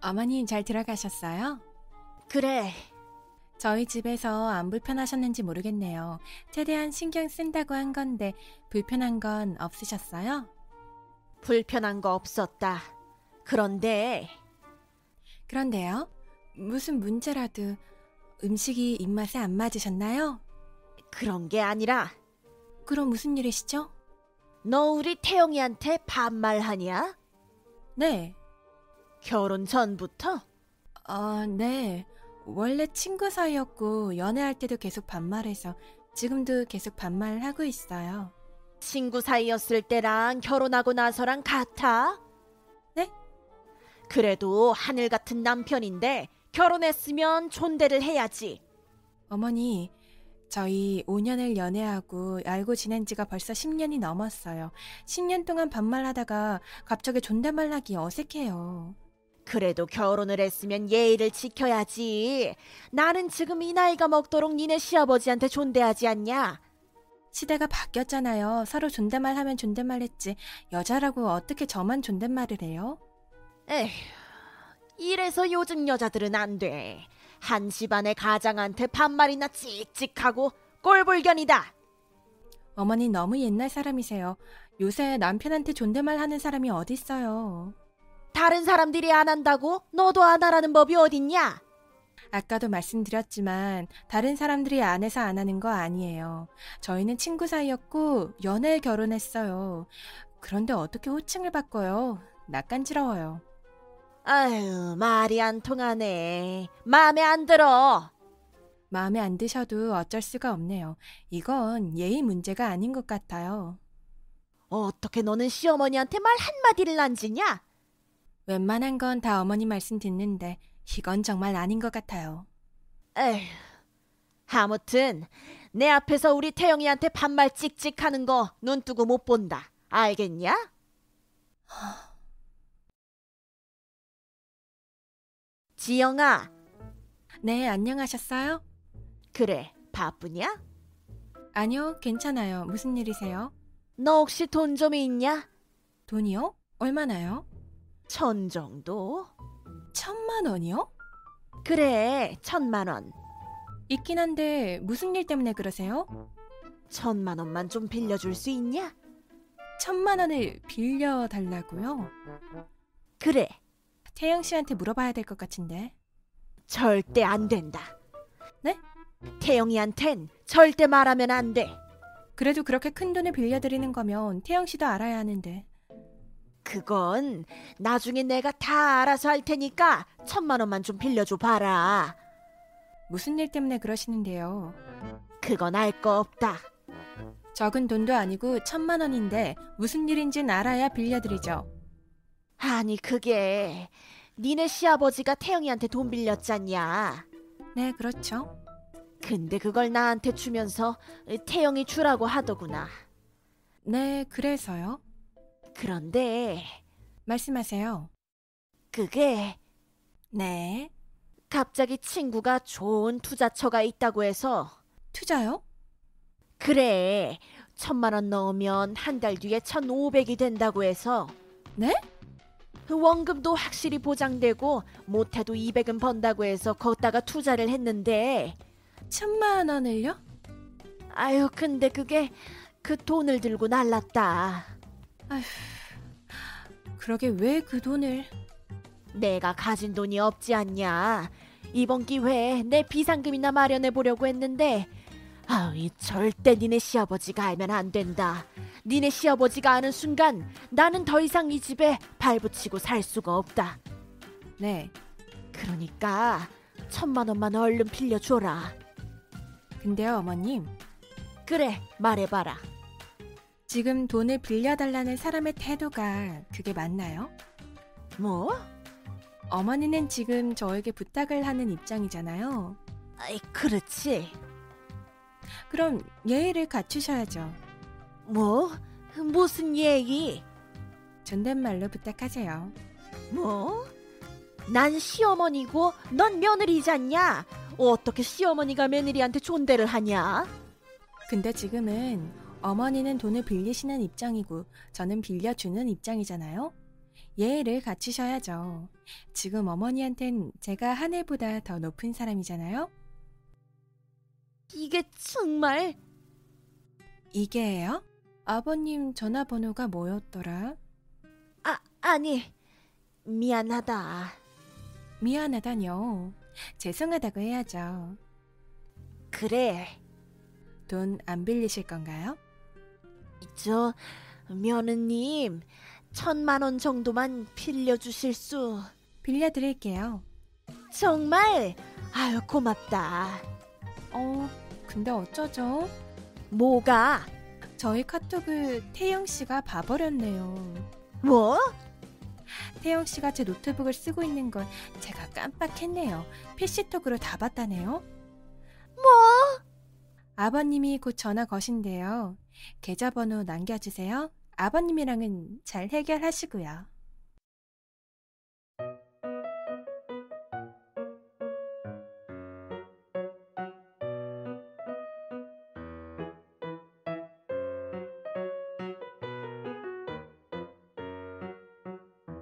어머님 잘 들어가셨어요? 그래. 저희 집에서 안 불편하셨는지 모르겠네요. 최대한 신경 쓴다고 한 건데 불편한 건 없으셨어요? 불편한 거 없었다. 그런데 그런데요? 무슨 문제라도 음식이 입맛에 안 맞으셨나요? 그런 게 아니라 그럼 무슨 일이시죠? 너 우리 태영이한테 반말하냐? 네. 결혼 전부터? 어, 네. 원래 친구 사이였고 연애할 때도 계속 반말해서 지금도 계속 반말하고 있어요. 친구 사이였을 때랑 결혼하고 나서랑 같아? 네? 그래도 하늘 같은 남편인데 결혼했으면 존대를 해야지. 어머니, 저희 5년을 연애하고 알고 지낸 지가 벌써 10년이 넘었어요. 10년 동안 반말하다가 갑자기 존댓말하기 어색해요. 그래도 결혼을 했으면 예의를 지켜야지. 나는 지금 이 나이가 먹도록 니네 시아버지한테 존대하지 않냐? 시대가 바뀌었잖아요. 서로 존댓말 하면 존댓말 했지. 여자라고 어떻게 저만 존댓말을 해요? 에휴, 이래서 요즘 여자들은 안 돼. 한 집안의 가장한테 반말이나 찍찍하고 꼴불견이다. 어머니 너무 옛날 사람이세요. 요새 남편한테 존댓말 하는 사람이 어딨어요. 다른 사람들이 안 한다고 너도 안 하라는 법이 어딨냐? 아까도 말씀드렸지만 다른 사람들이 안 해서 안 하는 거 아니에요. 저희는 친구 사이였고 연애 결혼했어요. 그런데 어떻게 호칭을 바꿔요? 낯간지러워요. 아유, 말이 안 통하네. 마음에 안 들어. 마음에 안 드셔도 어쩔 수가 없네요. 이건 예의 문제가 아닌 것 같아요. 어떻게 너는 시어머니한테 말 한마디를 안 지냐? 웬만한 건 다 어머니 말씀 듣는데 이건 정말 아닌 것 같아요. 에휴. 아무튼 내 앞에서 우리 태영이한테 반말 찍찍하는 거 눈 뜨고 못 본다. 알겠냐? 지영아, 네, 안녕하셨어요? 그래 바쁘냐? 아니요, 괜찮아요. 무슨 일이세요? 너 혹시 돈 좀 있냐? 돈이요? 얼마나요? 천 정도? 천만 원이요? 그래 천만 원. 있긴 한데 무슨 일 때문에 그러세요? 천만 원만 좀 빌려줄 수 있냐? 천만 원을 빌려 달라고요? 그래 태영 씨한테 물어봐야 될 것 같은데. 절대 안 된다. 네? 태영이한텐 절대 말하면 안 돼. 그래도 그렇게 큰 돈을 빌려 드리는 거면 태영 씨도 알아야 하는데. 그건 나중에 내가 다 알아서 할 테니까 천만 원만 좀 빌려줘 봐라. 무슨 일 때문에 그러시는데요? 그건 알 거 없다. 적은 돈도 아니고 천만 원인데 무슨 일인진 알아야 빌려 드리죠. 아니 그게 니네 시아버지가 태영이한테 돈 빌렸잖냐. 네, 그렇죠. 근데 그걸 나한테 주면서 태영이 주라고 하더구나. 네, 그래서요. 그런데 말씀하세요. 그게 네. 갑자기 친구가 좋은 투자처가 있다고 해서 투자요? 그래 천만 원 넣으면 한 달 뒤에 천오백이 된다고 해서 네? 그 원금도 확실히 보장되고 못해도 200은 번다고 해서 걷다가 투자를 했는데 천만 원을요? 아유 근데 그게 그 돈을 들고 날랐다 그러게 왜 그 돈을 내가 가진 돈이 없지 않냐 이번 기회에 내 비상금이나 마련해 보려고 했는데 아이 절대 니네 시아버지가 알면 안 된다 니네 시아버지가 아는 순간 나는 더 이상 이 집에 발붙이고 살 수가 없다 네. 그러니까 천만 원만 얼른 빌려줘라 근데요, 어머님. 그래 말해봐라 지금 돈을 빌려달라는 사람의 태도가 그게 맞나요? 뭐? 어머니는 지금 저에게 부탁을 하는 입장이잖아요. 아이, 그렇지. 그럼 예의를 갖추셔야죠. 뭐? 무슨 얘기? 존댓말로 부탁하세요. 뭐? 난 시어머니고 넌 며느리잖냐? 어떻게 시어머니가 며느리한테 존대를 하냐? 근데 지금은 어머니는 돈을 빌리시는 입장이고 저는 빌려주는 입장이잖아요. 예의를 갖추셔야죠. 지금 어머니한텐 제가 하늘보다 더 높은 사람이잖아요? 이게 정말 이게예요? 아버님 전화번호가 뭐였더라? 아 아니 미안하다. 미안하다뇨. 죄송하다고 해야죠. 그래 돈 안 빌리실 건가요? 저 며느님 천만 원 정도만 빌려주실 수 빌려드릴게요. 정말 아유 고맙다. 어, 근데 어쩌죠? 뭐가 저희 카톡을 태영 씨가 봐버렸네요. 뭐? 태영 씨가 제 노트북을 쓰고 있는 걸 제가 깜빡했네요. PC톡으로 다 봤다네요. 뭐? 아버님이 곧 전화 거신데요. 계좌번호 남겨주세요. 아버님이랑은 잘 해결하시고요.